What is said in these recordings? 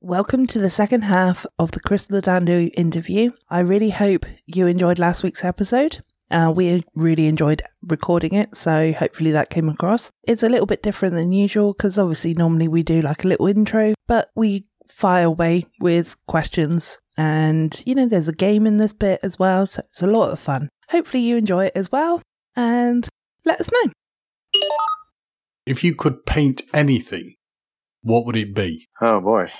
Welcome to the second half of the Chris Ladando interview. I really hope you enjoyed last week's episode. Uh, we really enjoyed recording it, so hopefully that came across. It's a little bit different than usual because obviously normally we do like a little intro, but we fire away with questions. And you know, there's a game in this bit as well, so it's a lot of fun. Hopefully you enjoy it as well, and let us know. If you could paint anything, what would it be? Oh boy.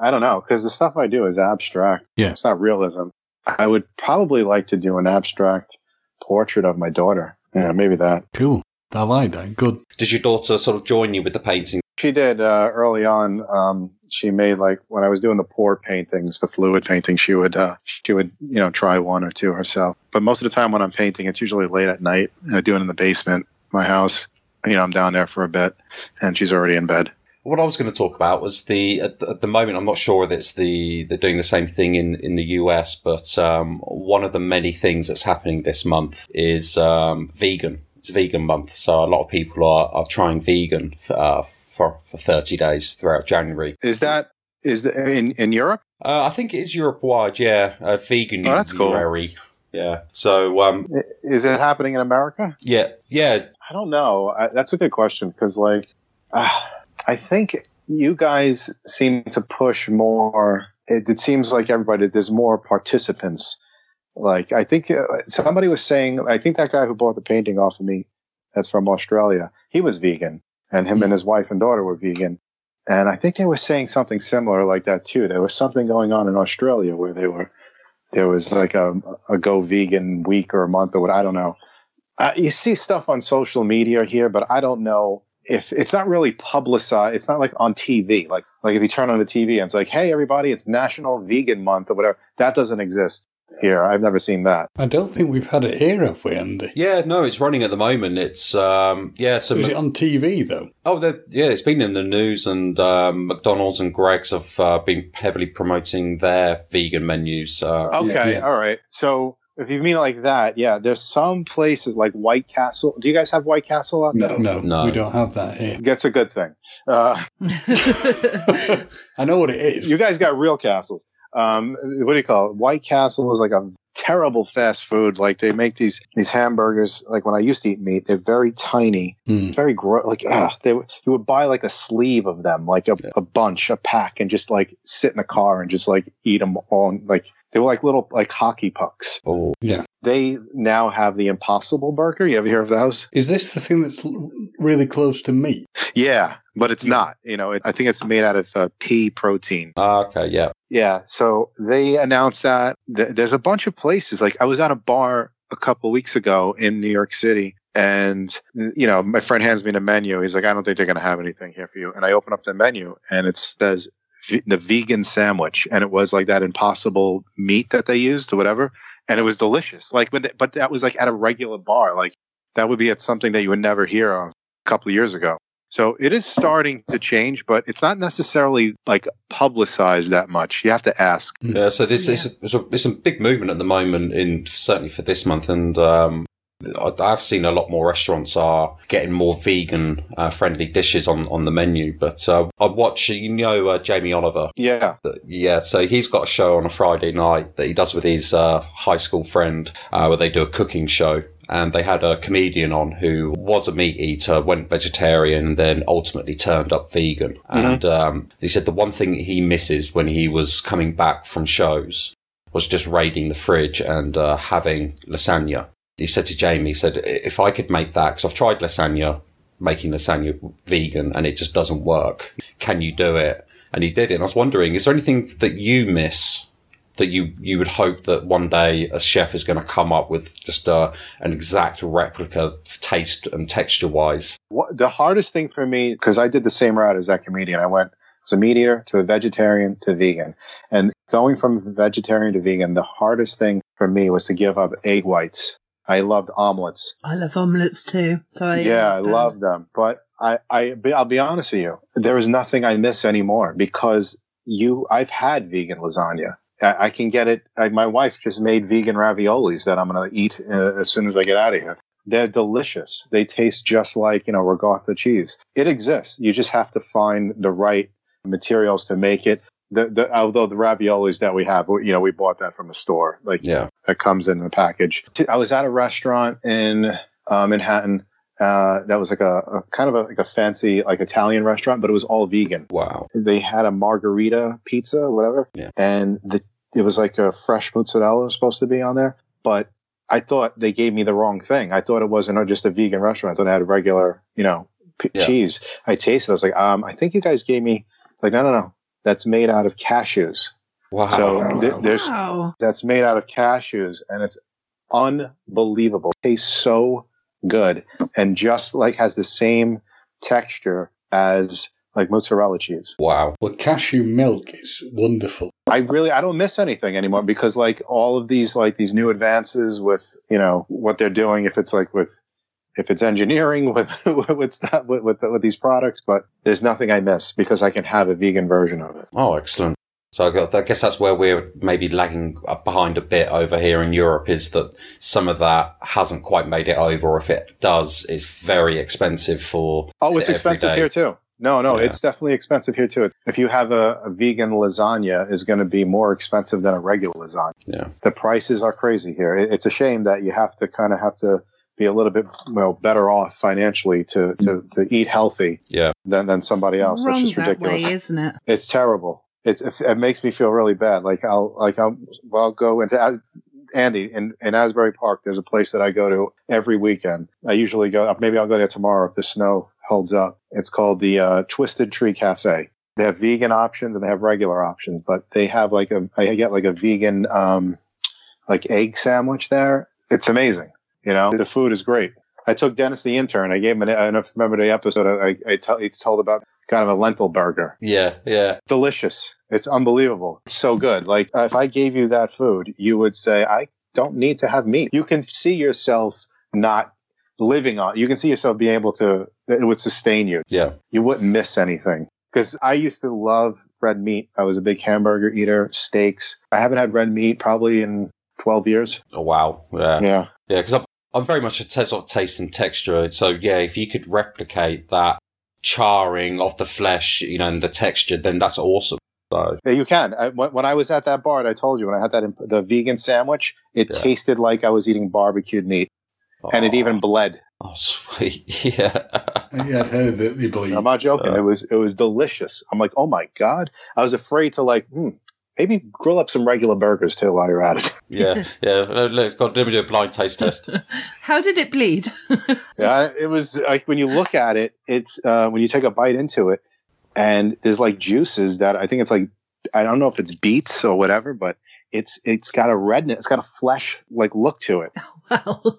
I don't know because the stuff I do is abstract. Yeah. It's not realism. I would probably like to do an abstract portrait of my daughter. Yeah, maybe that. Cool. I like that. Good. Does your daughter sort of join you with the painting? She did uh, early on. Um, she made like when I was doing the pour paintings, the fluid painting. She would uh, she would you know try one or two herself. But most of the time when I'm painting, it's usually late at night. I do it in the basement, my house. You know, I'm down there for a bit, and she's already in bed. What I was going to talk about was the at the, at the moment I'm not sure whether it's the they're doing the same thing in in the US, but um, one of the many things that's happening this month is um, vegan. It's vegan month, so a lot of people are, are trying vegan uh, for for 30 days throughout January. Is that is the, in in Europe? Uh, I think it is Europe wide, yeah. Uh, vegan Oh, that's cool. January. Yeah. So um, I- Is it happening in America? yeah, yeah, I don't know. I, that's a good question because, like, uh, I think you guys seem to push more. It, it seems like everybody there's more participants. Like, I think uh, somebody was saying. I think that guy who bought the painting off of me, that's from Australia. He was vegan, and him and his wife and daughter were vegan. And I think they were saying something similar like that too. There was something going on in Australia where they were. There was like a, a go vegan week or a month or what I don't know uh, you see stuff on social media here, but I don't know if it's not really publicized. It's not like on TV. Like like if you turn on the TV and it's like, hey everybody, it's National Vegan Month or whatever. That doesn't exist here. I've never seen that. I don't think we've had it here, have we, Andy? yeah. No, it's running at the moment. It's um, yeah. So Is it on TV though? Oh, that- yeah, it's been in the news, and um, McDonald's and Greg's have uh, been heavily promoting their vegan menus. Uh, Okay, yeah. all right. So if you mean it like that, yeah, there's some places like White Castle. Do you guys have White Castle up there? No, No. we don't have that here. That's a good thing. Uh, I know what it is. you guys got real castles. Um, what do you call it? White Castle is like a terrible fast food. Like they make these these hamburgers. Like when I used to eat meat, they're very tiny, Hmm. very gross. Like ah, they you would buy like a sleeve of them, like a, a bunch, a pack, and just like sit in a car and just like eat them all. And, like they were like little like hockey pucks. Oh, They now have the Impossible Burger. You ever hear of those? Is this the thing that's l- really close to meat? Yeah, but it's not. You know, it, I think it's made out of uh, pea protein. ah, okay, yeah. Yeah, so they announced that th- there's a bunch of places. Like I was at a bar a couple weeks ago in New York City, and you know my friend hands me the menu. He's like, "I don't think they're going to have anything here for you." And I open up the menu, and it says v- the vegan sandwich, and it was like that impossible meat that they used or whatever, and it was delicious. Like, but th- but that was like at a regular bar. Like that would be at something that you would never hear of a couple of years ago. So it is starting to change, but it's not necessarily like publicized that much. You have to ask. Yeah, so this is it's a, it's a big movement at the moment, in certainly for this month, and um, I- I've seen a lot more restaurants are getting more vegan uh, friendly dishes on, on the menu. But uh, I watch, you know, uh, Jamie Oliver. Yeah. that- yeah, so he's got a show on a Friday night that he does with his uh, high school friend, uh, where they do a cooking show. and they had a comedian on who was a meat eater, went vegetarian, and then ultimately turned up vegan. And um, he said the one thing he misses when he was coming back from shows was just raiding the fridge and uh, having lasagna. He said to Jamie, he said, if I could make that, because I've tried lasagna, making lasagna vegan, and it just doesn't work. Can you do it? And he did it. And I was wondering, is there anything that you miss that you you would hope that one day a chef is going to come up with just uh, an exact replica taste and texture wise What, the hardest thing for me, because I did the same route as that comedian, I went as a meat eater to a vegetarian to vegan. And going from vegetarian to vegan, the hardest thing for me was to give up egg whites. I loved omelets. I love omelets too. So I yeah, I understand. love them. But I, I, I'll be honest with you. There is nothing I miss anymore because you, I've had vegan lasagna. I, I can get it. I, my wife just made vegan raviolis that I'm going to eat uh, as soon as I get out of here. They're delicious. They taste just like, you know, regatta cheese. It exists. You just have to find the right materials to make it. The, the, although the raviolis that we have, you know, we bought that from a store. Like, yeah that comes in a package. I was at a restaurant in uh, Manhattan uh, that was like a, a kind of a, like a fancy like Italian restaurant, but it was all vegan. wow They had a margarita pizza, whatever, Yeah. and the, it was like a fresh mozzarella was supposed to be on there, but I thought they gave me the wrong thing. I thought it wasn't uh, just a vegan restaurant. I thought it had regular, you know, p- Yeah. cheese. I tasted. it. I was like, um, I think you guys gave me like, no, no, no. That's made out of cashews. wow So th- there's Wow. that's made out of cashews and it's unbelievable. It tastes so good and just like has the same texture as like mozzarella cheese. wow Well, cashew milk is wonderful. I really I don't miss anything anymore because like all of these like these new advances with, you know, what they're doing if it's like with if it's engineering with with stuff with with, with these products, but there's nothing I miss because I can have a vegan version of it. oh excellent so I got- I guess that's where we're maybe lagging up behind a bit over here in Europe is that some of that hasn't quite made it over. Or if it does, it's very expensive for Oh, it's every expensive day. here too. No, no, Yeah. it's definitely expensive here too. It's- If you have a, a vegan lasagna, is going to be more expensive than a regular lasagna. Yeah. the prices are crazy here. It, it's a shame that you have to kind of have to be a little bit well better off financially to to, to eat healthy Yeah. than than somebody else. It's That's wrong just that ridiculous. way, isn't it? It's terrible. It's it, it makes me feel really bad. Like I'll like I'll well I'll go into As- Andy in in Asbury Park. There's a place that I go to every weekend. I usually go. Maybe I'll go there tomorrow if the snow holds up. It's called the uh, Twisted Tree Cafe. They have vegan options and they have regular options, but they have like a I get like a vegan um, like egg sandwich there. It's amazing. You know the food is great. I took Dennis the intern. I gave him an. I don't know if you remember the episode. I I, tell he told about kind of a lentil burger Yeah, yeah. delicious. It's unbelievable. It's so good. Like uh, if I gave you that food, you would say, "I don't need to have meat." You can see yourself not living on. You can see yourself being able to. that It would sustain you. Yeah. you wouldn't miss anything. Because I used to love red meat. I was a big hamburger eater, steaks. I haven't had red meat probably in twelve years. Oh, wow. Yeah. Yeah, Yeah, because I'm, I'm very much a t- sort of taste and texture. So yeah, if you could replicate that charring of the flesh, you know, and the texture, then that's awesome. So Yeah, you can. I, when when I was at that bar, that I told you when I had that imp- the vegan sandwich, it Yeah. tasted like I was eating barbecued meat, and it oh, even bled. oh sweet, yeah, Maybe I'd heard that they believe. I'm not joking. Uh, it was it was delicious. I'm like, oh my god. I was afraid to like, hmm, maybe grill up some regular burgers too while you're at it. yeah, yeah. Let, let, God, let me do a blind taste test. How did it bleed? yeah, it was like when you look at it, it's uh, when you take a bite into it, and there's like juices that I think it's like I don't know if it's beets or whatever, but it's it's got a redness, it's got a flesh like look to it. well,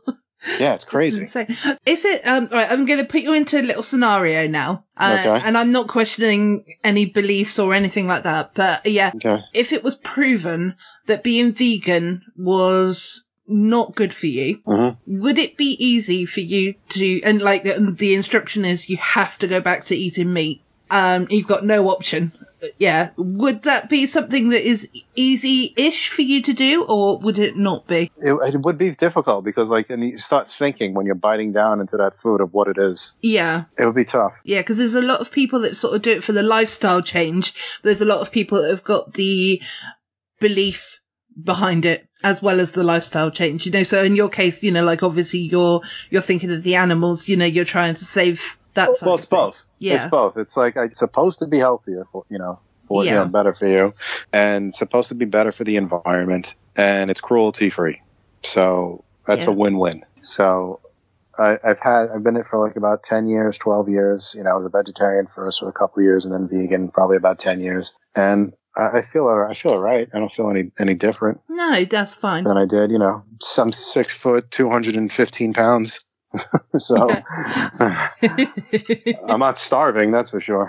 Yeah, it's crazy. That's insane. If it, um, right, I'm going to put you into a little scenario now. Uh, Okay. And I'm not questioning any beliefs or anything like that. But yeah, Okay. if it was proven that being vegan was not good for you, Mhm. would it be easy for you to, and like the, the instruction is you have to go back to eating meat. Um, you've got no option. Yeah. Would that be something that is easy-ish for you to do or would it not be? It, it would be difficult because like, and you start thinking when you're biting down into that food of what it is. Yeah. It would be tough. Yeah, because there's a lot of people that sort of do it for the lifestyle change. But there's a lot of people that have got the belief behind it. as well as the lifestyle change, you know. So in your case, you know, like obviously you're you're thinking of the animals, you know, you're trying to save that side. well, of it's things. both. Yeah. It's both. It's like it's supposed to be healthier, for, you know, for, you Yeah. know, better for you, and supposed to be better for the environment, and it's cruelty free. So that's a Yeah. win-win. So I, I've had I've been it for like about ten years, twelve years. You know, I was a vegetarian first for a couple of years, and then vegan probably about ten years, and I, I feel all- I feel all right. I don't feel any any different No, that's fine. than I did. You know, some six foot, two hundred and fifteen pounds. so. I'm not starving, that's for sure.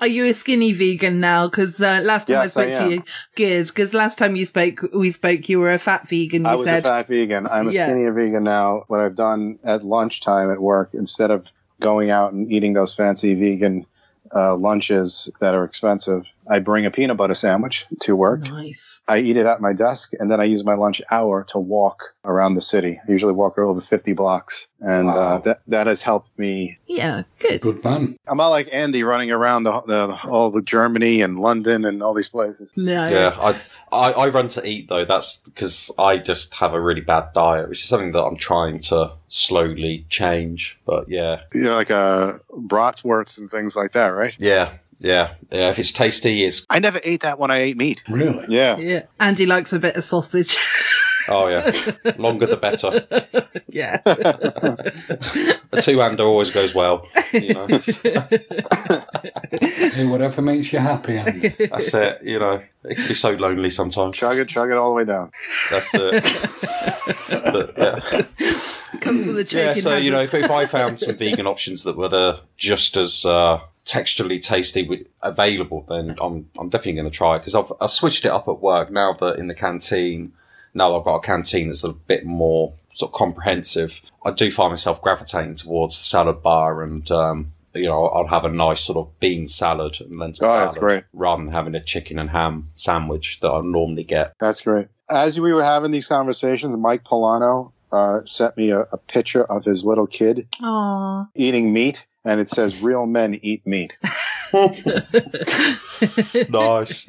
Are you a skinny vegan now? Because uh, last time I Yes, I spoke to am. you, good. Because last time you spoke, we spoke. You were a fat vegan. You I was said, a fat vegan. I'm a Yeah. skinnier vegan now. What I've done at lunchtime at work, instead of going out and eating those fancy vegan uh, lunches that are expensive, I bring a peanut butter sandwich to Mm-hmm. work. "Nice." I eat it at my desk, and then I use my lunch hour to walk around the city. I usually walk over 50 blocks, and uh, Wow. that, that has helped me Yeah, good. Good man. I'm not like Andy running around the, the all the Germany and London and all these places. No, Yeah, I, I, I run to eat though. That's because I just have a really bad diet, which is something that I'm trying to slowly change. But yeah, You know, like uh, bratwursts and things like that, right? yeah, yeah, yeah. If it's tasty, it's I never ate that when I ate meat. Really? Yeah, yeah. Andy likes a bit of sausage. oh yeah, longer the better. yeah. A two-hander always goes well. You know, Do whatever makes you happy, Andy. that's it. You know, it can be so lonely sometimes. chug it, chug it all the way down. That's it. But, yeah. Comes with a chicken. yeah, so you know, hazard. if, if I found some vegan options that were the, just as uh, texturally tasty wi- available, then I'm I'm definitely going to try it because I've I switched it up at work now that in the canteen now I've got a canteen that's a bit more sort of comprehensive. I do find myself gravitating towards the salad bar and. Um, you know, I'll have a nice sort of bean salad and lentil Oh, salad that's great. rather than having a chicken and ham sandwich that I normally get. That's great. As we were having these conversations, Mike Polano uh, sent me a, a picture of his little kid Aw. eating meat, and it says, "Real men eat meat." Nice.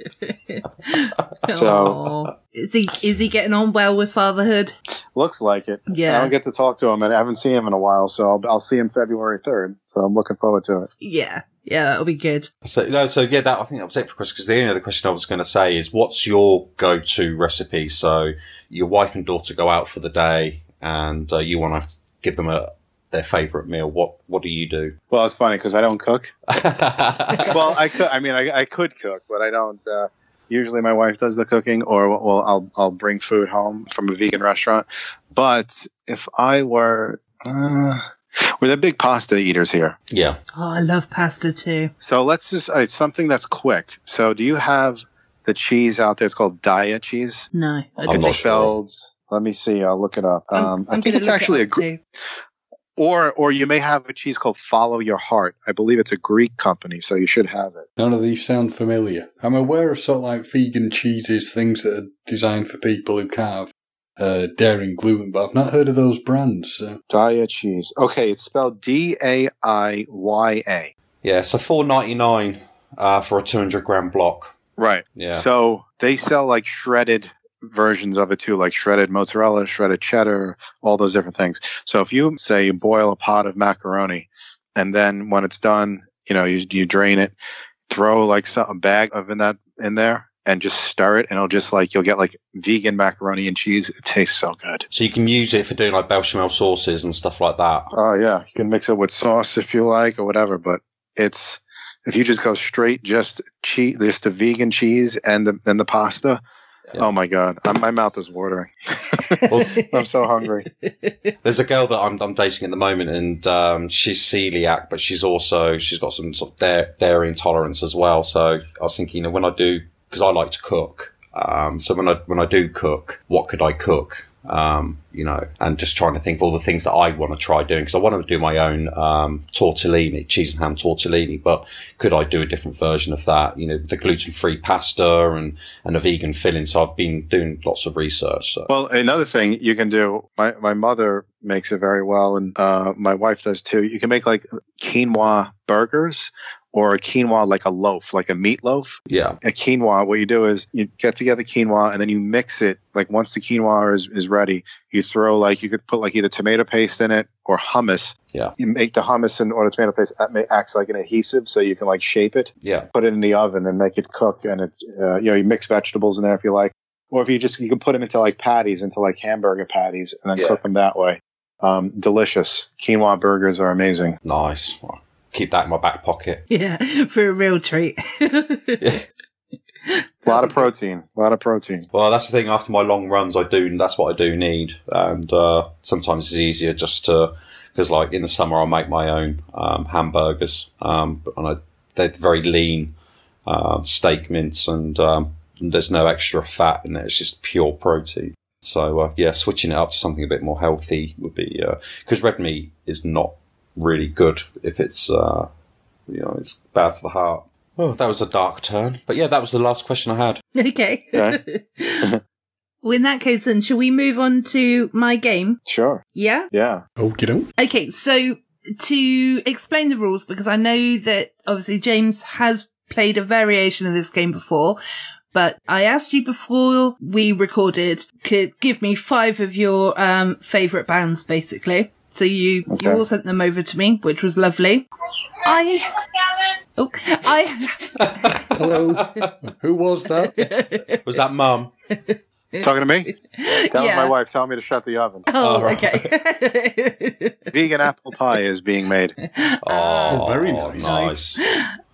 So- is he is he getting on well with fatherhood? Looks like it. I Yeah, don't get to talk to him, and I haven't seen him in a while, so I'll, I'll see him February third. So I'm looking forward to it. yeah, yeah. That'll be good. So no, so yeah, that I think that was it for questions. Because the only other question I was going to say is, what's your go-to recipe? So your wife and daughter go out for the day, and uh, you want to give them a their favorite meal. What what do you do? Well, it's funny because I don't cook. well, well, I could. I mean, I, I could cook, but I don't. Uh, usually, my wife does the cooking, or well, I'll I'll bring food home from a vegan restaurant. But if I were, uh, we're the big pasta eaters here, yeah, Oh, I love pasta too. so let's just uh, it's something that's quick. So, do you have the cheese out there? It's called Daya cheese. No, I I'm don't it's think. not sure. spelled. Let me see. I'll look it up. I'm- Um, i I'm think gonna it's look it actually a up Gr- too. or or you may have a cheese called Follow Your Heart. I believe it's a Greek company, so you should have it. None of these sound familiar. I'm aware of sort of like vegan cheeses, things that are designed for people who can't have uh, dairy and gluten, but I've not heard of those brands. So. Daya cheese. Okay, it's spelled D A I Y A. yeah. So four ninety nine uh, for a two hundred gram block. Right. Yeah, So they sell like shredded versions of it too, like shredded mozzarella, shredded cheddar, all those different things. So if you say you boil a pot of macaroni, and then when it's done, you know you you drain it, throw like some, a bag of in that in there, and just stir it, and it'll just like you'll get like vegan macaroni and cheese. It tastes so good. so you can use it for doing like bechamel sauces and stuff like that. Oh yeah, you can mix it with sauce if you like or whatever, but it's if you just go straight just cheese, just the vegan cheese and the and the pasta. Yeah. Oh my god, i my mouth is watering. I'm so hungry. There's a girl that I'm, I'm dating at the moment, and um, she's celiac, but she's also she's got some sort of da- dairy intolerance as well. So I was thinking, you know, when I do, because I like to cook, um, so when I when I do cook, what could I cook? Um, you know, and just trying to think of all the things that I want to try doing because I want to do my own um, tortellini, cheese and ham tortellini. But could I do a different version of that? You know, the gluten free pasta and and a vegan filling. So I've been doing lots of research. So. Well, another thing you can do, my my mother makes it very well, and uh, my wife does too. You can make like quinoa burgers or a quinoa like a loaf, like a meatloaf. Yeah. A quinoa, what you do is you get together quinoa and then you mix it. Like once the quinoa is, is ready, you throw like, you could put like either tomato paste in it or hummus. Yeah. You make the hummus and or the tomato paste that may, acts like an adhesive so you can like shape it, Yeah. put it in the oven and make it cook. And it, uh, you know, you mix vegetables in there if you like. Or if you just, you can put them into like patties, into like hamburger patties and then Yeah. cook them that way. Um, delicious. Quinoa burgers are amazing. Nice. I'll keep that in my back pocket. Yeah, for a real treat. A lot of protein. A lot of protein. Well, that's the thing. After my long runs, I do. That's what I do need, and uh, sometimes it's easier just to because, like in the summer, I make my own um, hamburgers, um, and I, they're very lean um, steak mints, and um, there's no extra fat in there. It's just pure protein. So uh, yeah, switching it up to something a bit more healthy would be because red meat is not really good if it's uh, you know it's bad for the heart. Oh, that was a dark turn, but yeah, that was the last question I had. okay. well, in that case, then, shall we move on to my game? Sure. Yeah? Yeah. Okie doke. Okay, so to explain the rules, because I know that obviously James has played a variation of this game before, but I asked you before we recorded, could give me five of your um, favorite bands, basically. So you you all sent them over to me, which was lovely. I oh I Hello. Who was that? Was that mum? Talking to me? That was Yeah. my wife telling me to shut the oven. oh All right. okay. Vegan apple pie is being made. Oh, Oh, very nice.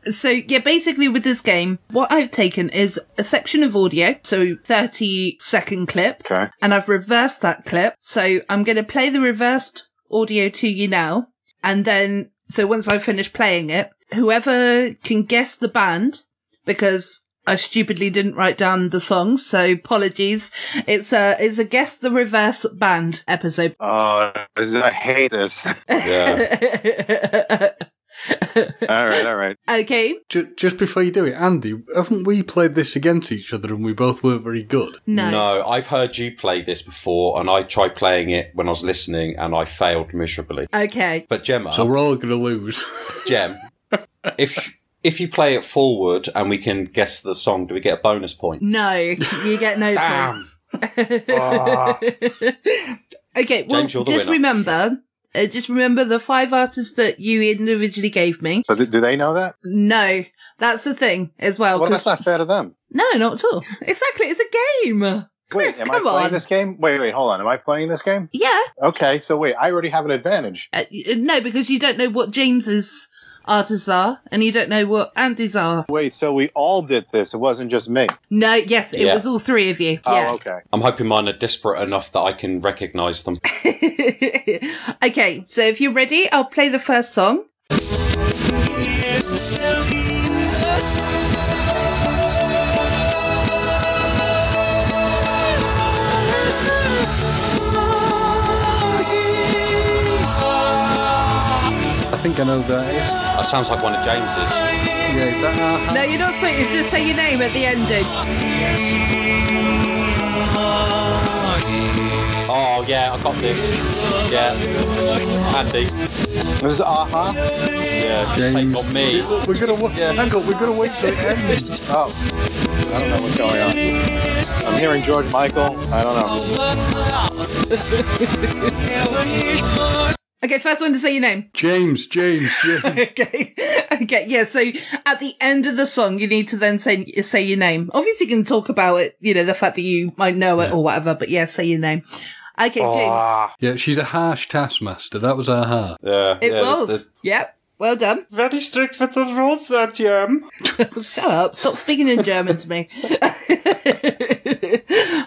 So yeah, basically with this game, what I've taken is a section of audio, so 30 second clip, Okay. and I've reversed that clip. So I'm going to play the reversed audio to you now. And then, so once I've finished playing it, whoever can guess the band, because I stupidly didn't write down the songs, so apologies. It's a, it's a guess the reverse band episode. Oh, this is- I hate this. all Yeah. right, all right. okay. Ju- Just before you do it, Andy, haven't we played this against each other and we both weren't very good? No. I've heard you play this before, and I tried playing it when I was listening, and I failed miserably. Okay. But Gemma, So we're all going to lose. Gem, if if you play it forward and we can guess the song, do we get a bonus point? No, you get no Damn. Ah. points. okay, well, James, you're the just winner. remember, uh, just remember the five artists that you individually gave me. So, th- do they know that? No, that's the thing as well. well, Oh, 'cause- that's not fair to them. no, not at all. Exactly, it's a game. Chris, wait, am I come playing on. this game? Wait, wait, hold on. Am I playing this game? Yeah, Okay, so wait, I already have an advantage. uh, y- no, because you don't know what James's artists are, and you don't know what Andy's are. Wait, so we all did this. It wasn't just me. No, yes, it Yeah. was all three of you. Oh, yeah. okay. I'm hoping mine are disparate enough that I can recognise them. okay, so if you're ready, I'll play the first song. I think I know who that is. That sounds like one of James's. Yeah, is that our No, you're not supposed to just say your name at the ending. Oh yeah, I got this. Yeah, Andy. This is aha. Uh-huh. Yeah, James. take on me. We're going to wait. Hang on, we're going to wait till it ends. Oh, I don't know what's going on. I'm hearing George Michael. I don't know. Okay, first one to say your name. James, James, James. Okay, okay, yeah. So at the end of the song, you need to then say say your name. Obviously, you can talk about it. You know, the fact that you might know it or whatever. But yeah, say your name. Okay, James. Ah, Yeah, she's a harsh taskmaster. That was our heart. yeah, It yeah, that's was. Yep. Well done. Very strict with the rules there, Jim. Shut up. Stop speaking in German to me.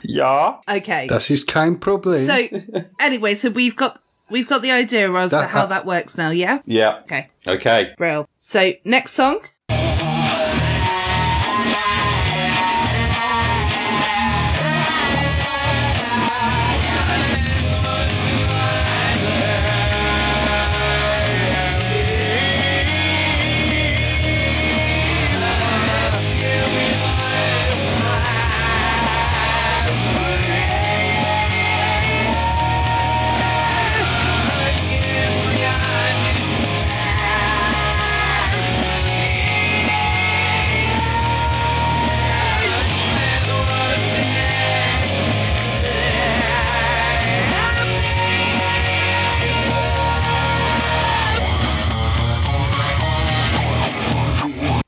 Yeah. okay. Das ist kein Problem. So anyway, so we've got we've got the idea as to That- how that- that works now. Yeah. Yeah. Okay. Okay. Real. So next song. Thank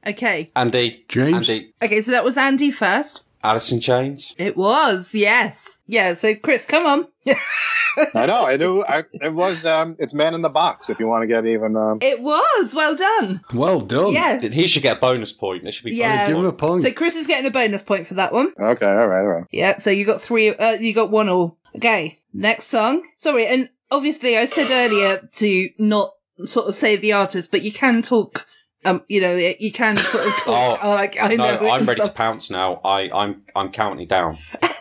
Okay. Andy. James? Andy. Okay, so that was Andy first. Alice in Chains. It was, yes. Yeah, so Chris, come on. I know. I do. I, it was. Um, it's Man in the Box. If you want to get even. Um, It was. Well done. Well done. Yes. Oh, He should get a bonus point. There should be Yeah. Give him bonus a point. point. So Chris is getting a bonus point for that one. okay. All right. All right. Yeah, so you got three, uh, you got one all. Okay, next song. Sorry, and obviously I said earlier to not sort of save the artist, but you can talk, um, you know, you can sort of talk. Oh, like, I no, know it I'm and ready to stuff. pounce now. I, I'm I'm counting down.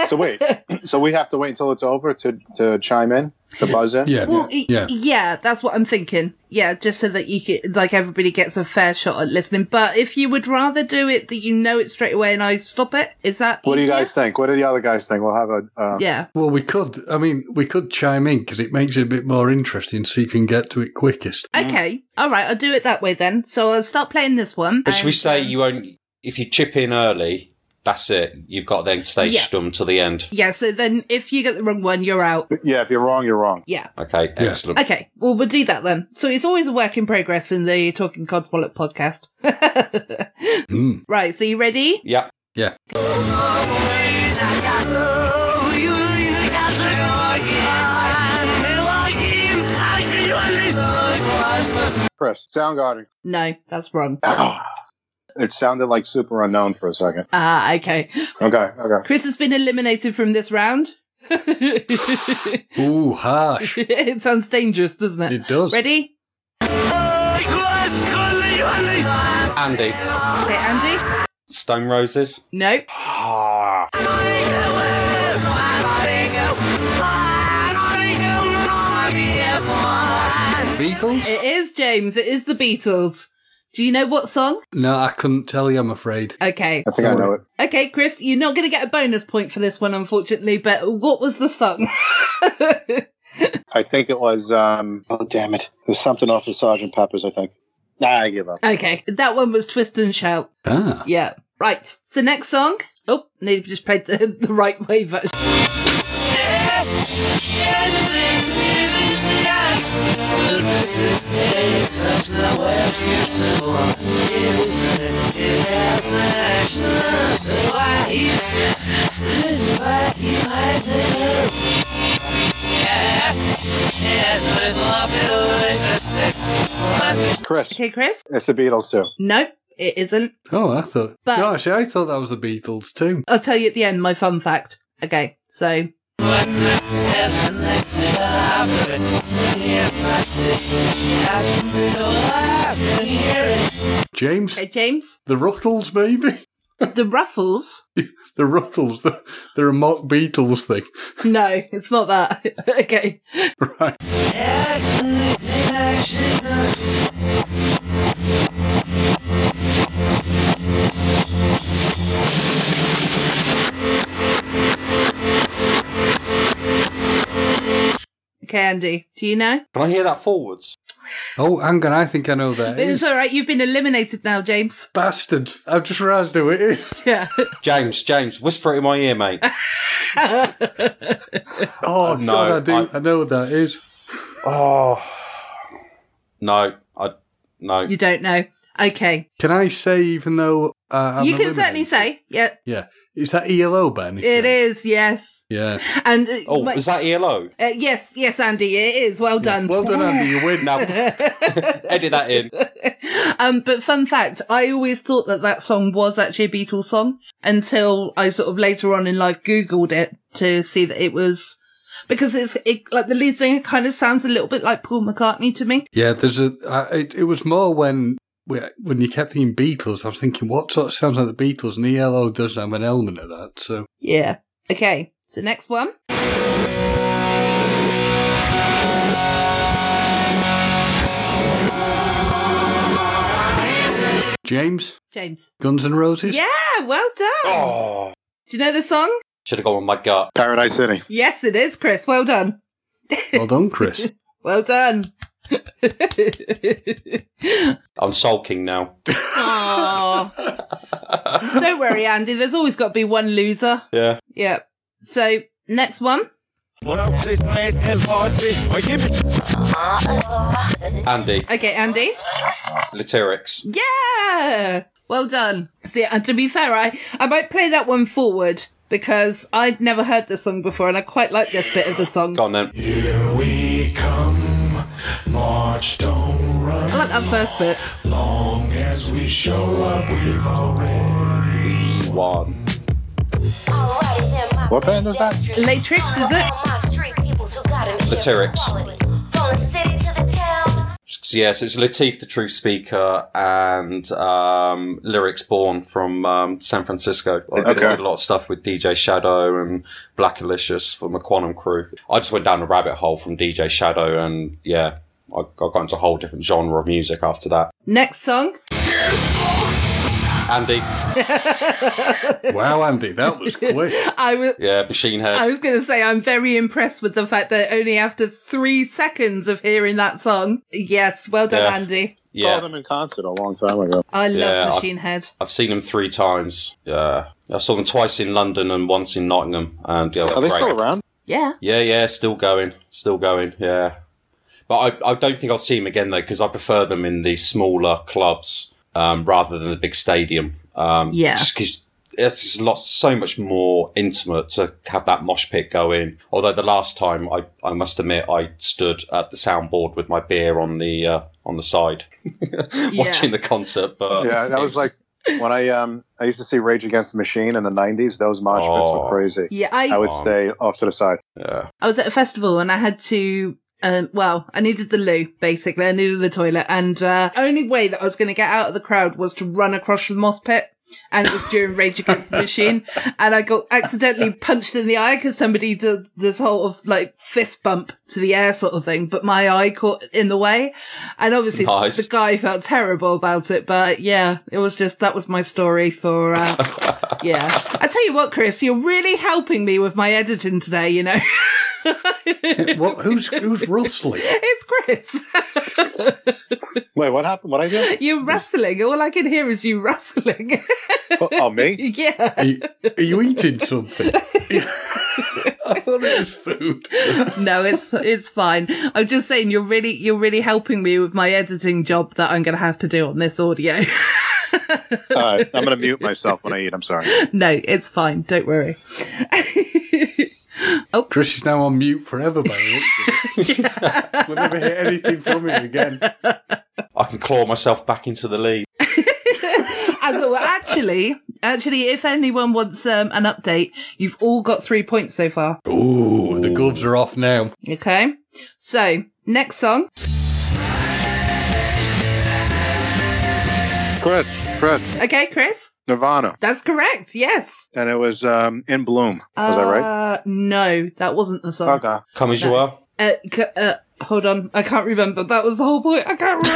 So wait. so we have to wait until it's over to to chime in to buzz in. yeah. Well, y- yeah. yeah. that's what I'm thinking. Yeah, just so that you can, like, everybody gets a fair shot at listening. But if you would rather do it that you know it straight away and I stop it, is that What do you easier? guys think? What do the other guys think? We'll have a. Uh, Yeah, Well, we could. I mean, we could chime in because it makes it a bit more interesting, so you can get to it quickest. Okay. All right. I'll do it that way then. So I'll start playing this one. But should we and, say um, you only if you chip in early, that's it. You've got to then stay Yeah. stum till the end. Yeah. So then, if you get the wrong one, you're out. Yeah. If you're wrong, you're wrong. Yeah. Okay, excellent. Okay. Well, we'll do that then. So it's always a work in progress in the Talking Cods Wallet podcast. Hmm. right. So you ready? Yeah. Yeah. Chris Soundgarden. No, that's wrong. It sounded like super unknown for a second. Ah, okay. Okay. Okay. Chris has been eliminated from this round. Ooh, harsh. it sounds dangerous, doesn't it? It does. Ready? Andy, Okay, Andy. Stone Roses. No. Ah, Beatles? It is James. It is the Beatles. Do you know what song? No, I couldn't tell you. I'm afraid. Okay. I think I know it. Okay, Chris, you're not going to get a bonus point for this one, unfortunately, but what was the song? I think it was. Um, oh damn it! It was something off of Sergeant Pepper's. I think. Nah, I give up. okay, that one was Twist and Shout. Ah, Yeah. Right. So, next song. Oh, no, you've just played the, the right way version. Chris, Okay, Chris? it's the Beatles too. Nope, it isn't. oh, I thought. But- no, actually, I thought that was the Beatles too. I'll tell you at the end my fun fact. Okay, so. James, Okay, James? the Ruttles, maybe. The Ruffles? The Ruttles. The, they're a mock Beatles thing, No, it's not that. okay. right? Okay, Andy, do you know? can I hear that forwards? Oh, hang on. I think I know that. It's Is. all right. You've been eliminated now, James. Bastard! I've just realised who it is. Yeah. James, James, whisper it in my ear, mate. Oh Uh, no, God, I do. I- I, know who that is. oh, no, I no. you don't know. Okay. Can I say, even though uh, I'm you can eliminated? certainly say. Yeah, yeah, is that ELO, Ben? it is. Yes. Yeah. And uh, oh, my- was that ELO? uh, yes, yes, Andy, it is. Well done. Well done, Andy. You win. Now edit that in. um, but fun fact, I always thought that that song was actually a Beatles song until I sort of later on in life Googled it to see that it was because it's it, like the lead singer kind of sounds a little bit like Paul McCartney to me. Yeah, there's a. Uh, it, it was more when we- when you kept thinking Beatles. I was thinking, what sort of sounds like the Beatles? And ELO does have an element of that. So Yeah. Okay. So next one. James, James. Guns N' Roses. Yeah, well done. Oh, Do you know the song? should have gone with my gut. Paradise City. Yes, it is, Chris. Well done. Well done, Chris. Well done. I'm sulking now. Aww. Don't worry, Andy. There's always got to be one loser. Yeah. Yeah. So next one. Andy, Okay, Andy. Lyrics. Yeah. Well done. See, and to be fair, I, I might play that one forward because I'd never heard the song before and I quite like this bit of the song. Go on then. Here we come, march, don't run. I like that first bit. Long as we show up, we've already won. What band is that? Latrix, is it? Lyrics. So, yeah, so it's Latif, the truth speaker, and um, lyrics born from um, San Francisco. I did- Okay. I did a lot of stuff with DJ Shadow and Black Alicious from the Quantum Crew. I just went down a rabbit hole from DJ Shadow, and yeah, I, I got into a whole different genre of music after that. Next song. Andy, Wow, Andy, that was quick. I was yeah, Machine Head. I was going to say I'm very impressed with the fact that only after three seconds of hearing that song, yes, well done, Yeah. Andy. yeah, Saw them in concert a long time ago. I love Yeah, I- Machine Head. I've seen them three times. Yeah, I saw them twice in London and once in Nottingham, and yeah, Are they great. still around? Yeah. Yeah, yeah, still going, still going. Yeah, but I, I don't think I'll see him again though because I prefer them in the smaller clubs um, rather than the big stadium. Um, Yeah. just because it's just a lot, so much more intimate to have that mosh pit go in. Although the last time, I, I must admit, I stood at the soundboard with my beer on the uh, on the side watching the concert. But Yeah, that it was like when I um I used to see Rage Against the Machine in the '90s. Those mosh pits Oh. were crazy. Yeah, I, I would stay off to the side. yeah. I was at a festival and I had to, um, well, I needed the loo, basically. I needed the toilet. And, uh, only way that I was going to get out of the crowd was to run across the moss pit. And it was during Rage Against the Machine. And I got accidentally punched in the eye because somebody did this whole of like fist bump to the air sort of thing. But my eye caught in the way. And obviously Nice. the guy felt terrible about it. But yeah, it was just, that was my story for, uh, yeah. I tell you what, Chris, you're really helping me with my editing today, you know. What? Who's who's rustling? It's Chris. Wait, what happened? What I do? You're rustling. All I can hear is you rustling. oh, me? yeah. Are you, are you eating something? I thought it was food. No, it's it's fine. I'm just saying you're really you're really helping me with my editing job that I'm going to have to do on this audio. All right, I'm gonna mute myself when I eat. I'm sorry. no, it's fine. Don't worry. Chris is now on mute forever, by the looks of it. We'll never hear anything from him again. I can claw myself back into the lead. As well, actually, actually, if anyone wants um, an update, you've all got three points so far. Ooh, the gloves are off now. Okay. So next song. Chris, Chris, Okay, Chris. Nirvana, That's correct. Yes. and it was um in Bloom. Was I right? Uh, No, that wasn't the song. Uh, Okay. Come as you are. Uh, c- uh, hold on, I can't remember. That was the whole point. I can't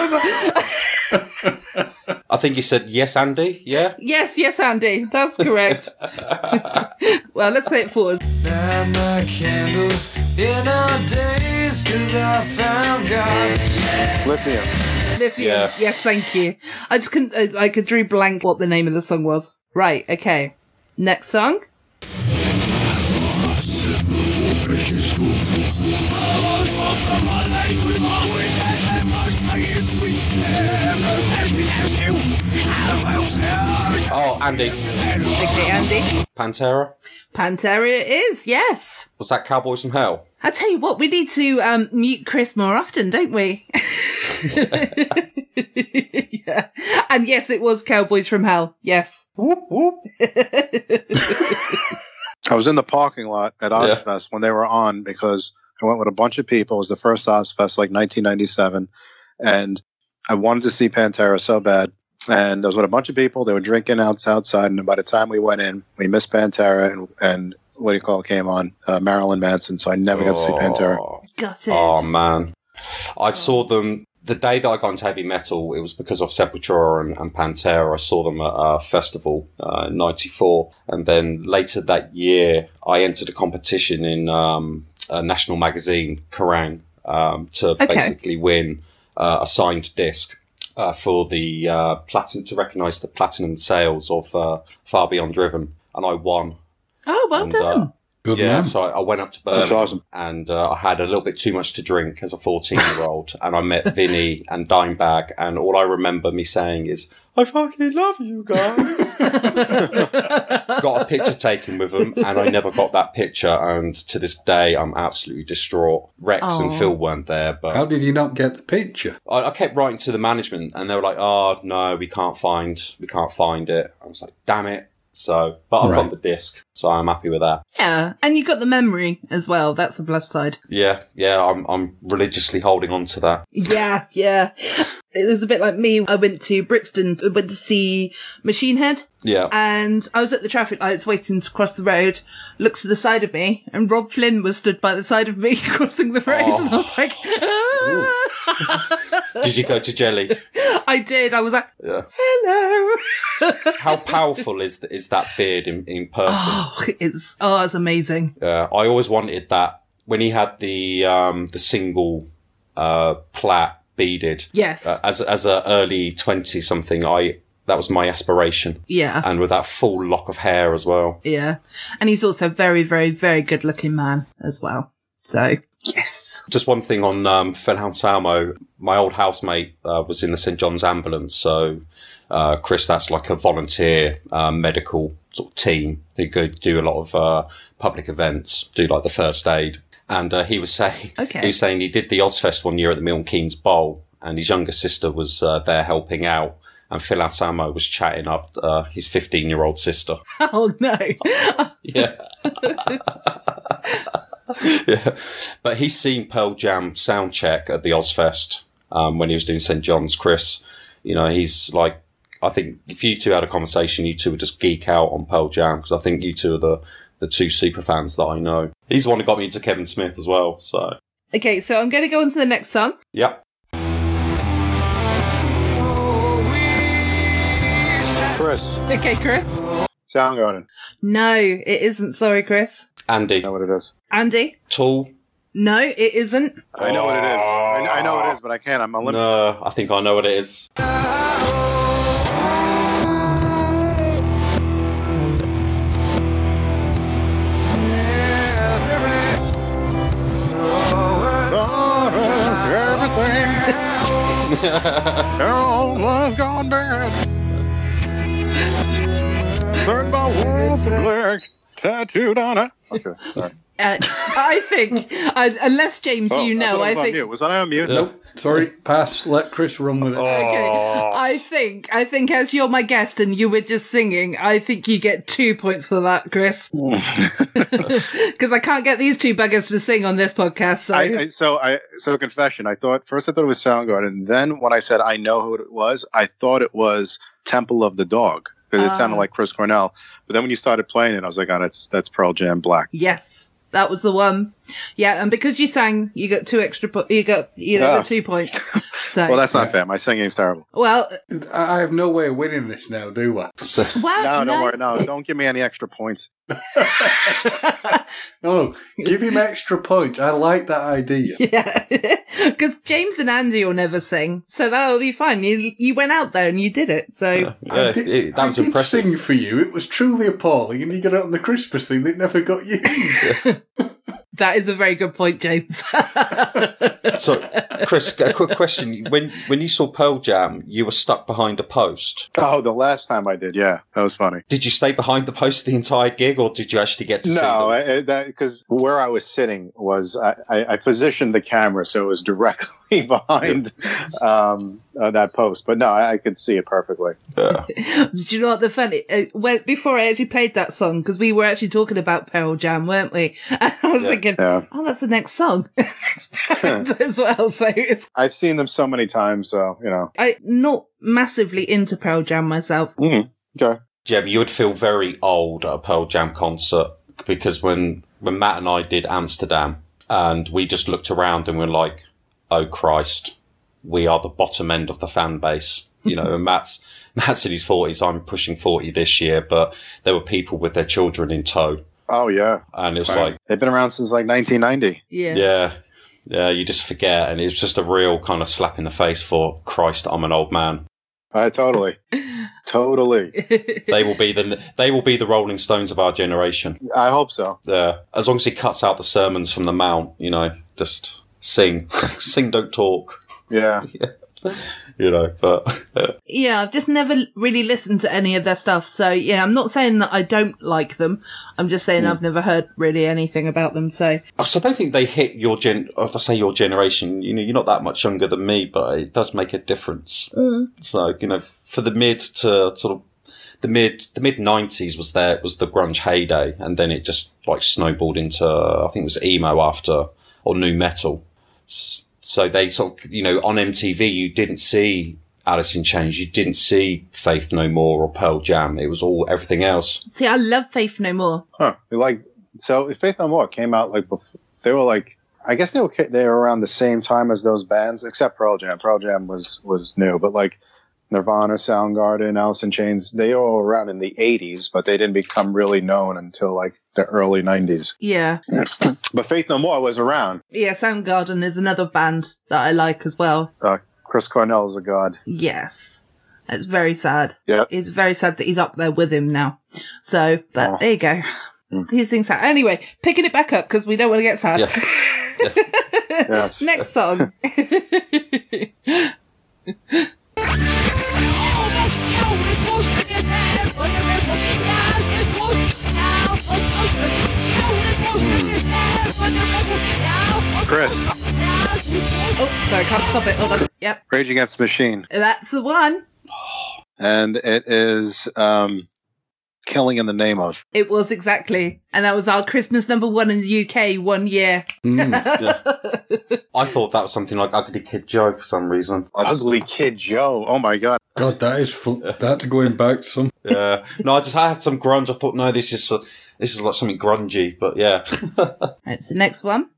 remember. I think you said yes, Andy. Yeah. yes, yes, Andy, that's correct. well, let's play it forward. Light my candles in our days, cause I found God. Lithium. If you- Yeah. Yes, thank you. I just couldn't. uh, I, I could drew blank what the name of the song was. Right. Okay. Next song. Oh, Andy. Okay, Andy. Pantera. Pantera it is. Yes. Was that Cowboys from Hell? I tell you what, we need to um, mute Chris more often, don't we? yeah. And yes, it was Cowboys from Hell. Yes. I was in the parking lot at Yeah. Ozfest when they were on because I went with a bunch of people. It was the first Ozfest, like 1997, and I wanted to see Pantera so bad. And I was with a bunch of people. They were drinking outs outside, and by the time we went in, we missed Pantera and and what do you call it came on uh, Marilyn Manson. So I never got to see Pantera. Oh. Got it. Oh man, I saw them the day that I got into heavy metal. It was because of Sepultura and, and Pantera. I saw them at a festival uh, in '94, and then later that year, I entered a competition in um, a national magazine, Kerrang, um, to Okay. basically win uh, a signed disc. Uh, for the uh, platinum to recognise the platinum sales of uh, Far Beyond Driven, and I won. Oh, well and, done. uh, Good yeah, man. so I, I went up to Birmingham and uh, I had a little bit too much to drink as a 14 year old. and I met Vinny and Dimebag. And all I remember me saying is, I fucking love you guys. got a picture taken with them, and I never got that picture. And to this day, I'm absolutely distraught. Rex and Aw. Phil weren't there, but How did you not get the picture? I, I kept writing to the management, and they were like, "Oh no, we can't find, we can't find it." I was like, "Damn it!" So, but I've got the disc, so I'm happy with that. Yeah, and you got the memory as well. That's the plus side. Yeah, yeah, I'm, I'm religiously holding on to that. Yeah, yeah. It was a bit like me. I went to Brixton, I went to see Machine Head. Yeah. Uh, And I was at the traffic lights waiting to cross the road, looked to the side of me, and Rob Flynn was stood by the side of me crossing the road, and I was like, Did you go to Jelly? I did. I was like, Yeah. hello. How powerful is th- is that beard in, in person? Oh, it's, oh, it's amazing. Yeah, I always wanted that when he had the um, the single uh, plat beaded. Yes. uh, as as a early twenty something, I that was my aspiration. Yeah. and with that full lock of hair as well. Yeah. And he's also a very, very, very good looking man as well. So, yes. Just one thing on um, Felhound Salmo, my old housemate uh, was in the St John's ambulance, so. Uh, Chris, that's like a volunteer uh, medical sort of team who go do a lot of uh, public events, do like the first aid. And uh, he was saying, Okay. he was saying he did the Ozfest one year at the Milton Keynes Bowl, and his younger sister was uh, there helping out, and Phil Asamo was chatting up uh, his 15 year old sister. Oh, no. Yeah. yeah. But he's seen Pearl Jam soundcheck at the Ozfest um, when he was doing St. John's. Chris, you know, he's like, I think if you two had a conversation, you two would just geek out on Pearl Jam because I think you two are the, the two super fans that I know. He's the one who got me into Kevin Smith as well. So, Okay, so I'm going to go on to the next song. yep. Chris, Okay, Chris. Soundgarden. No, it isn't. Sorry, Chris. Andy. know what it is. Andy. Tall. No, it isn't. I know what it is. I know, I know what it is, but I can't. I'm a limit. No, I think I know what it is. Burned by wolves and black, tattooed on it. Okay, sorry. Uh, I think, uh, unless James, Oh, you know, I, I, thought it was on think. mute. Was I on mute? Nope. Sorry, pass. Let Chris run with it. Oh. I think, I think, as you're my guest and you were just singing, I think you get two points for that, Chris. Because I can't get these two buggers to sing on this podcast, so. I, I, so I so confession. I thought first I thought it was Soundgarden, and then when I said I know who it was, I thought it was Temple of the Dog because it sounded Ah. like Chris Cornell. But then when you started playing it, I was like, oh, that's that's Pearl Jam Black. Yes, that was the one. Yeah, and because you sang, you got two extra. Po- you got you know Ah. the two points. So Well, that's not fair. My singing is terrible. well. I I have no way of winning this now, do I? Well, no, don't no. worry. No, don't give me any extra points. No, give him extra points. I like that idea. Yeah, because James and Andy will never sing, so that will be fine. You you went out there and you did it. So Yeah, it- that I was did impressive. sing for you. It was truly appalling, and you got it on the Christmas thing that never got you. that is a very good point, James. So, Chris, a quick question. When, when you saw Pearl Jam, you were stuck behind a post. Oh, the last time I did, yeah, that was funny. Did you stay behind the post the entire gig, or did you actually get to see No, them? I, I- that because where I was sitting was I, I, I positioned the camera so it was directly behind um, uh, that post, but no, I, I could see it perfectly. Do you know what the funny? Uh, when, before I actually played that song, because we were actually talking about Pearl Jam, weren't we? And I was thinking, Yeah. oh, that's the next song, next band as well. So it's I've seen them so many times, so you know. I not massively into Pearl Jam myself. Mm, okay. Jem, you would feel very old at a Pearl Jam concert because when when Matt and I did Amsterdam, and we just looked around and we are like, "Oh Christ, we are the bottom end of the fan base." You know, and Matt's Matt's in his forties. I'm pushing forty this year, but there were people with their children in tow, Oh yeah, and it was Wow. like, they've been around since like 1990. Yeah. yeah, yeah, you just forget, and it was just a real kind of slap in the face for Christ. I'm an old man. I Uh, totally, totally. they will be the they will be the Rolling Stones of our generation. I hope so. Uh, as long as he cuts out the sermons from the Mount, you know, just sing, sing, don't talk. Yeah. You know, but Yeah, I've just never really listened to any of their stuff. So yeah, I'm not saying that I don't like them. I'm just saying Hmm. I've never heard really anything about them. So Oh, So I don't think they hit your gen. I say your generation. You know, you're not that much younger than me, but it does make a difference. Mm. So you know, for the mid to sort of the mid the mid nineties was there was the grunge heyday, and then it just like snowballed into I think it was emo after or new metal. S- So they sort of you know on MTV you didn't see Alice in Chains, you didn't see Faith No More or Pearl Jam. It was all everything else. see, I love Faith No More. Huh. Like so, Faith No More came out like before. They were like, I guess they were ca- they were around the same time as those bands, except Pearl Jam. Pearl Jam was was new, but like Nirvana, Soundgarden, Alice in Chains, they were all around in the '80s, but they didn't become really known until like the early '90s. Yeah, But Faith No More was around. yeah. Soundgarden is another band that I like as well. Uh, Chris Cornell is a god. Yes, it's very sad. Yeah. it's very sad that he's up there with him now. So, but there you go. These things happen. Anyway, picking it back up because we don't want to get sad. Yes. Next song. Oh, Chris, Oh, sorry, can't stop it. Hold on. Yep, Rage Against the Machine. that's the one. and it is um, killing in the name of. It was exactly, and that was our Christmas number one in the UK one year. Hmm. I thought that was something like Ugly Kid Joe for some reason. Ugly Kid Joe. Oh my god. God, that is that's going back some. Yeah. No, I just I had some grunge. I thought, no, this is uh, this is like something grungy. But yeah, Right, so next one.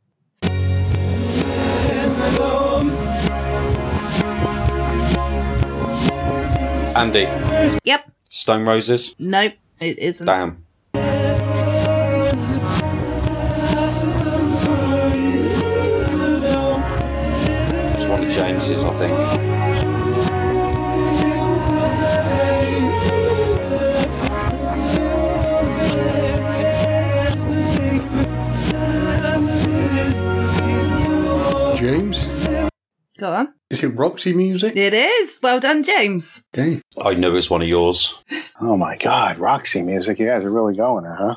Andy, Yep. Stone Roses. Nope. It isn't. Damn. It's one of James's, I think. James, Go on. is it Roxy music? It is. Well done, James. Okay. I knew it was one of yours. Oh my god, Roxy music. You guys are really going there, huh?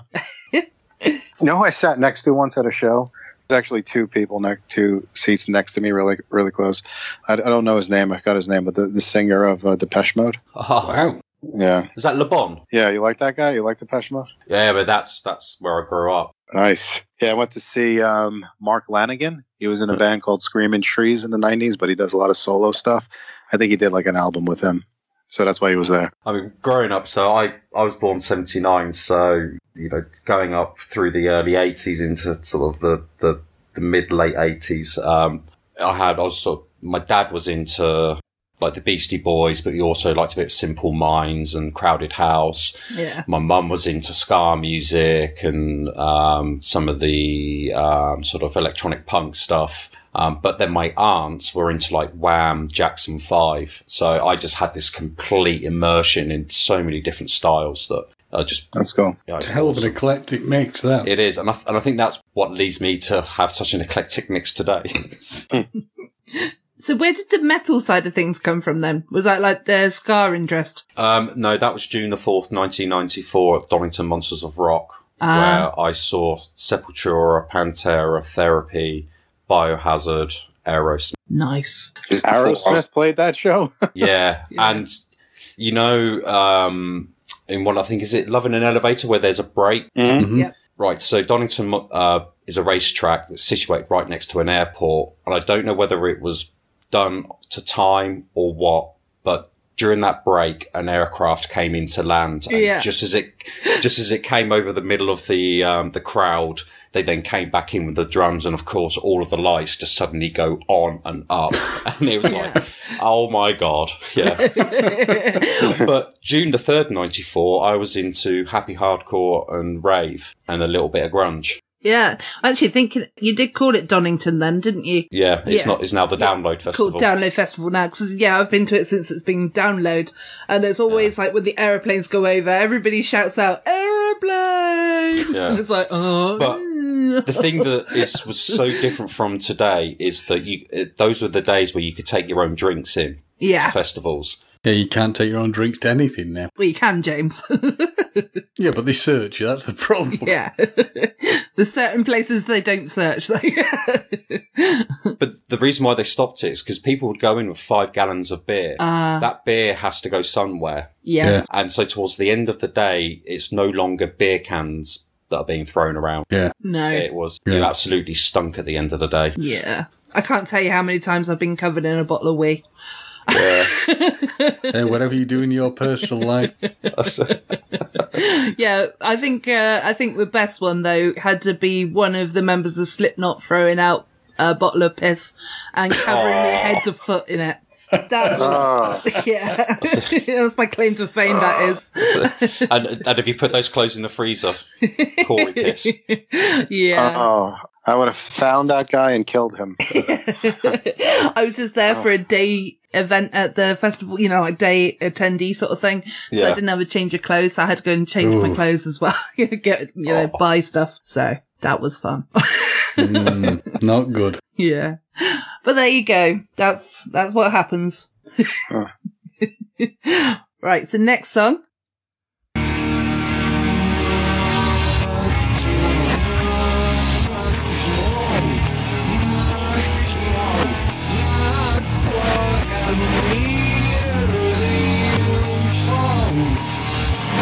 you know who I sat next to once at a show? There's actually two people next two seats next to me, really, really close. I, I don't know his name. I got his name, but the, the singer of uh, Depeche Mode. Oh. Wow. Yeah. Is that Le Bon? Yeah, you like that guy? You like Depeche Mode? Yeah, but that's that's where I grew up. Nice. Yeah, I went to see um, Mark Lanigan. He was in a band called Screaming Trees in the '90s, but he does a lot of solo stuff. I think he did like an album with him, so that's why he was there. I mean, growing up, so I, I was born 79, so, you know, going up through the early 80s into sort of the, the, the mid late 80s, um, I had, I was sort of, my dad was into like the Beastie Boys, but he also liked a bit of Simple Minds and Crowded House. Yeah. My mum was into ska music and um, some of the um, sort of electronic punk stuff. Um, but then my aunts were into like Wham, Jackson 5. So I just had this complete immersion in so many different styles that I just. Let's go. Yeah, It's a hell of an eclectic mix, that. it is. And I, and I think that's what leads me to have such an eclectic mix today. So where did the metal side of things come from then? Was that like their scar interest? Um, no, that was June the 4th, 1994 at Donington Monsters of Rock, Ah. where I saw Sepultura, Pantera, Therapy, Biohazard, Aerosmith. Nice. Aerosmith played that show. Yeah. And, you know, um, in what I think is it Love in an Elevator, where there's a break. Mhm. Yep. Right. So Donington uh, is a racetrack that's situated right next to an airport. And I don't know whether it was done to time or what, but during that break, an aircraft came in to land. And Yeah. just as it, just as it came over the middle of the, um, the crowd, they then came back in with the drums. And of course, all of the lights just suddenly go on and up. And it was like, oh my God. Yeah but June the 3rd, 94, I was into happy hardcore and rave and a little bit of grunge. Yeah. Actually, thinking you did call it Donington then, didn't you? Yeah, it's Yeah. not. It's now the Download Festival. Called Download Festival now because yeah, I've been to it since it's been Download, and it's always like when the aeroplanes go over, everybody shouts out aeroplane, Yeah. and it's like oh. But the thing that is was so different from today is that you it, those were the days where you could take your own drinks in Yeah. to festivals. Yeah, you can't take your own drinks to anything now. Well, you can, James. Yeah, but they search you. That's the problem. yeah. There's certain places they don't search. But the reason why they stopped it is because people would go in with five gallons of beer. Ah. that beer has to go somewhere. Yeah. Yeah. And so towards the end of the day, it's no longer beer cans that are being thrown around. Yeah. No. It was it absolutely stunk at the end of the day. yeah. I can't tell you how many times I've been covered in a bottle of wee. Yeah. Yeah, Uh, whatever you do in your personal life. yeah, I think uh, I think the best one though had to be one of the members of Slipknot throwing out a bottle of piss and covering Aw. their head to foot in it. That Ah. was yeah, that's my claim to fame. That is and, and if you put those clothes in the freezer, Corey piss. Ah. yeah. Oh, I would have found that guy and killed him. I was just there for Oh. a day event at the festival, you know, like day attendee sort of thing. So I Yeah. didn't have a change of clothes. So I had to go and change my Ooh. clothes as well. Get you Oh. know, buy stuff. So that was fun. Mm, not good. Yeah. But there you go. That's that's what happens. right, so next song.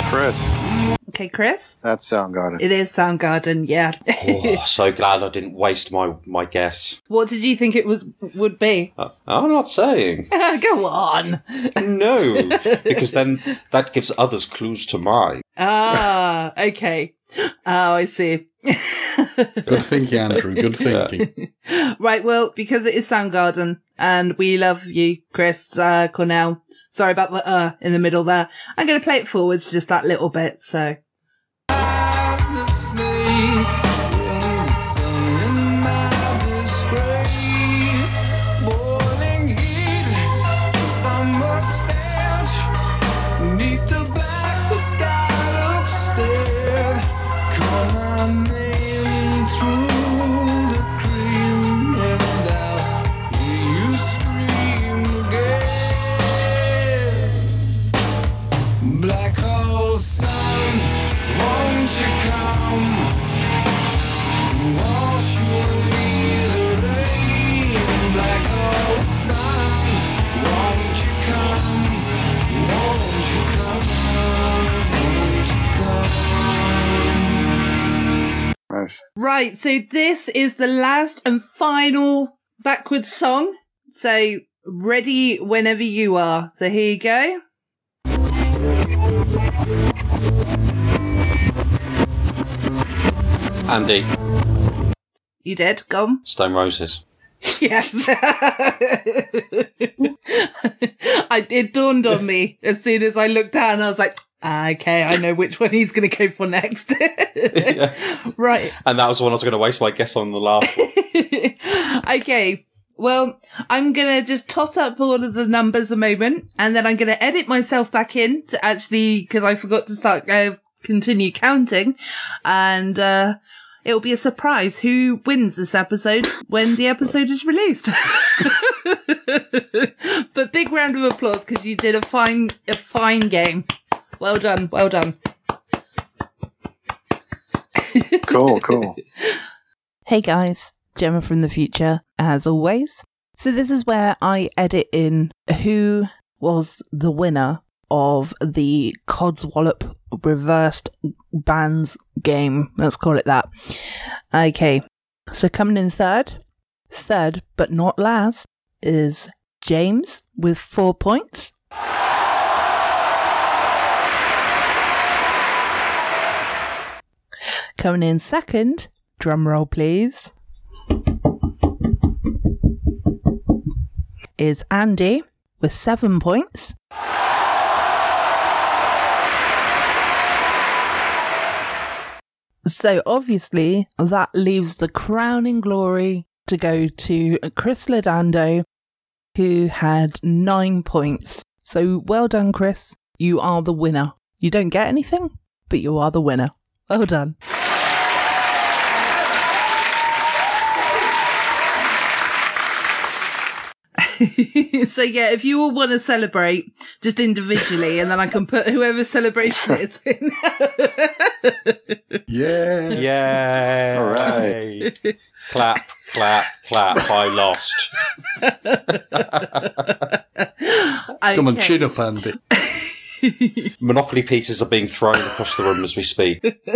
Chris. Okay, Chris. That's Soundgarden. It is Soundgarden, yeah. Oh, so glad I didn't waste my, my guess. what did you think it was would be? Uh, I'm not saying. go on. No, because then that gives others clues to mine. Ah, okay. Oh, I see. Good thinking, Andrew. Good thinking. Right, well, because it is Soundgarden and we love you, Chris uh, Cornell. Sorry about the uh in the middle there. I'm going to play it forwards just that little bit, so. Black hole sun, won't you come? Wash away the rain. Black hole sun, won't you come? Won't you come? Won't you come? Nice. Right, so this is the last and final backwards song. So ready whenever you are. So here you go. Andy, You did. Gone. Stone Roses. Yes. I, it dawned on me as soon as I looked down. I was like, "Ah, okay, I know which one he's going to go for next. Right. And that was the one I was going to waste my guess on the last one. Okay. Well, I'm going to just tot up all of the numbers a moment and then I'm going to edit myself back in to actually, cause I forgot to start, uh, continue counting and, uh, It'll be a surprise who wins this episode when the episode is released. but big round of applause because you did a fine, a fine game. Well done, well done. Cool, cool. Hey guys, Gemma from the future, as always. So, this is where I edit in who was the winner of the Codswallop reversed bands game. Let's call it that. Okay, so coming in third, third but not last, is James with four points. Coming in second, drum roll please, is Andy with seven points. So obviously, that leaves the crowning glory to go to Chris Ledando, who had nine points. So well done, Chris. You are the winner. You don't get anything, but you are the winner. Well done. so yeah, if you all want to celebrate, just individually, and then I can put whoever celebration it's in. Yeah. Yeah. All right. clap, clap, clap. I lost. Come on, Okay. chin up, Andy. Monopoly pieces are being thrown across the room as we speak.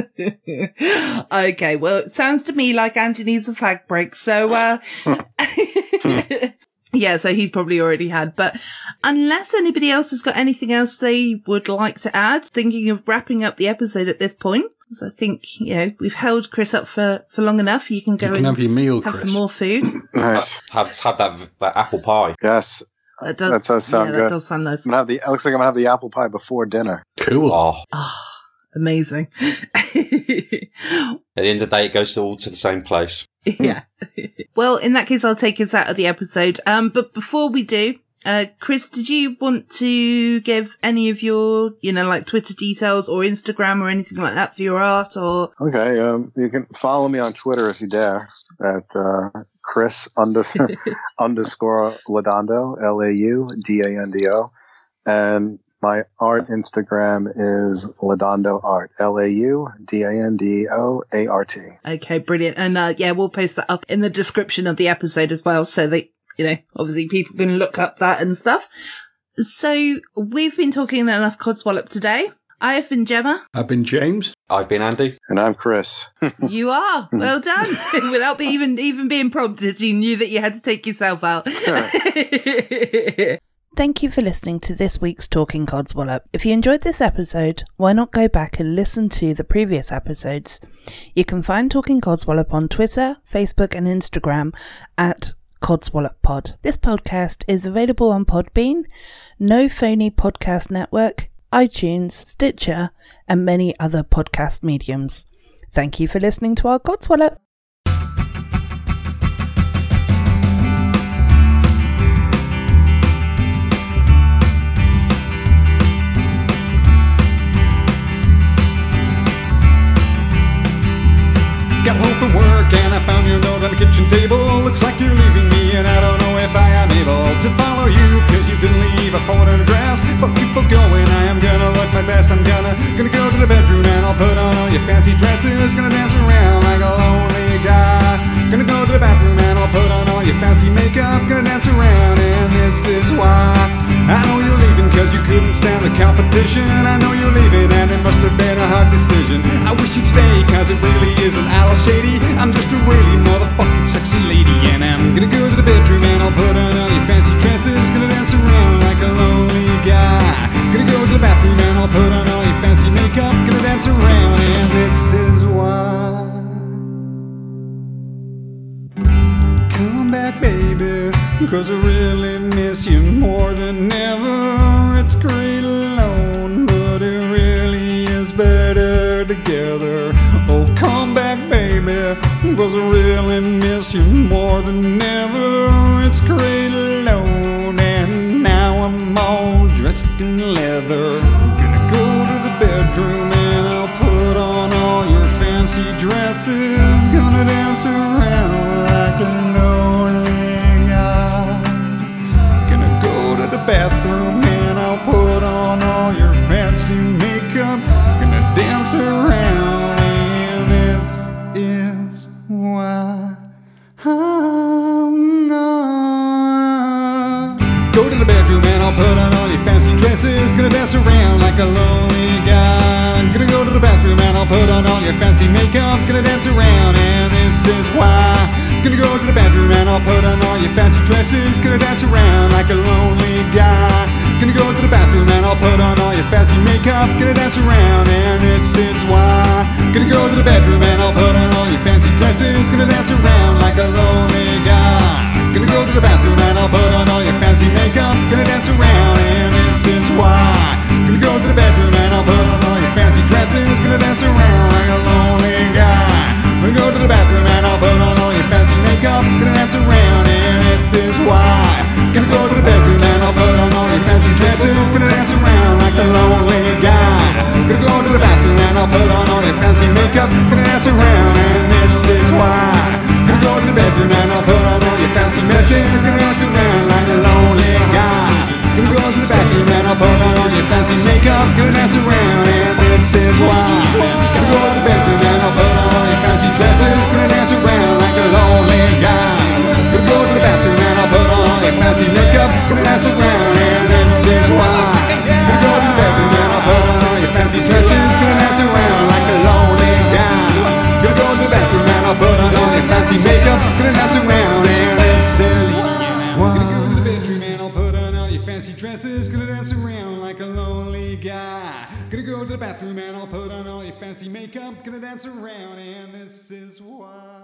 okay, well, it sounds to me like Andy needs a fag break. So, uh, yeah, so he's probably already had. But unless anybody else has got anything else they would like to add, thinking of wrapping up the episode at this point, because I think you know we've held Chris up for for long enough. You can go You can and have your meal, have Chris. some more food. Nice. Uh, Have have that that apple pie. Yes. That does- that does sound yeah, that good. does sound nice. I'm gonna have the, it looks like I'm gonna have the apple pie before dinner. Cool. Oh, Amazing. at the end of the day, it goes all to the same place. yeah. well, in that case, I'll take us out of the episode. Um, but before we do, uh, Chris, did you want to give any of your, you know, like Twitter details or Instagram or anything like that for your art or? Okay. Um, you can follow me on Twitter if you dare at uh, Chris under, underscore Ladondo L A U D A N D O, and my art Instagram is Ladondo Art L A U D A N D O A R T. Okay, brilliant. And, uh, yeah, we'll post that up in the description of the episode as well. So that, you know, obviously people can look up that and stuff. So we've been talking enough codswallop today. I have been Gemma. I've been James. I've been Andy. And I'm Chris. You are well done. Without be even even being prompted, you knew that you had to take yourself out. Thank you for listening to this week's Talking Codswallop. If you enjoyed this episode, why not go back and listen to the previous episodes? You can find Talking Codswallop on Twitter, Facebook, and Instagram at Codswallop Pod. This podcast is available on Podbean, No Phony Podcast Network, iTunes, Stitcher, and many other podcast mediums. Thank you for listening to our Codswallop. Got home from work and I found your note on the kitchen table. Looks like you're leaving me, and I don't know if I am able to follow you, cause you didn't leave a forward address. Fuck you for going, I am gonna look my best. I'm gonna gonna go to the bedroom and I'll put on all your fancy dresses. Gonna dance around like a lonely guy. Gonna go to the bathroom and I'll put on all your fancy makeup. Gonna dance around, and this is why. I know you're leaving cause you couldn't stand the competition. I know you're leaving, and it must have been a hard decision. I wish you'd stay, cause it really isn't at all shady. I'm just a really motherfucking sexy lady, and I'm gonna go to the bedroom and I'll put on all your fancy dresses. Gonna dance around like a lonely guy. Gonna go to the bathroom and I'll put on all your fancy makeup. Gonna dance around, and this is why. Come back, baby, cause I really miss you more than ever. It's great alone, but it really is better together. Oh, come back, baby, cause I really miss you more than ever. It's great alone, and now I'm all dressed in leather. Gonna go to the bedroom and I'll put on all your fancy dresses. Gonna dance around like a lonely guy. Gonna go to the bathroom and I'll put on all your fancy makeup. Gonna dance around and this is why I'm not. Go to the bedroom and I'll put on all your fancy dresses. Gonna dance around like a lonely guy. Gonna go to the bathroom and I'll put on all your fancy makeup. Gonna dance around and this is why. Gonna go to the bedroom and I'll put on all your fancy dresses. Gonna dance around like a lonely guy. Gonna go to the bathroom and I'll put on all your fancy makeup. Gonna dance around and this is why. Gonna go to the bedroom and I'll put on all your fancy dresses. Gonna dance around like a lonely guy. Gonna go to the bathroom and I'll put on all your fancy makeup. Gonna dance around and this is why. Gonna go to the bedroom and I'll put on all your fancy dresses. Gonna dance around like a lonely guy. style. Put on your fancy makeup, good ass around, and this is why. Gotta go to the bedroom and I'll put on your fancy dresses, good ass around like a lonely guy. Gotta go to the bathroom and I'll put on your fancy makeup, good ass around, and this is why. Gotta go to the bedroom and I'll put on your fancy dresses, good ass around like a lonely guy. Gotta go to the bathroom and I'll put on your fancy makeup, good ass around, and this is why. Gotta go to the bedroom and I'll put on all your fancy dresses, gonna dance around like a lonely guy. Gonna go to the bathroom and I'll put on all your fancy makeup, gonna dance around, and this is why.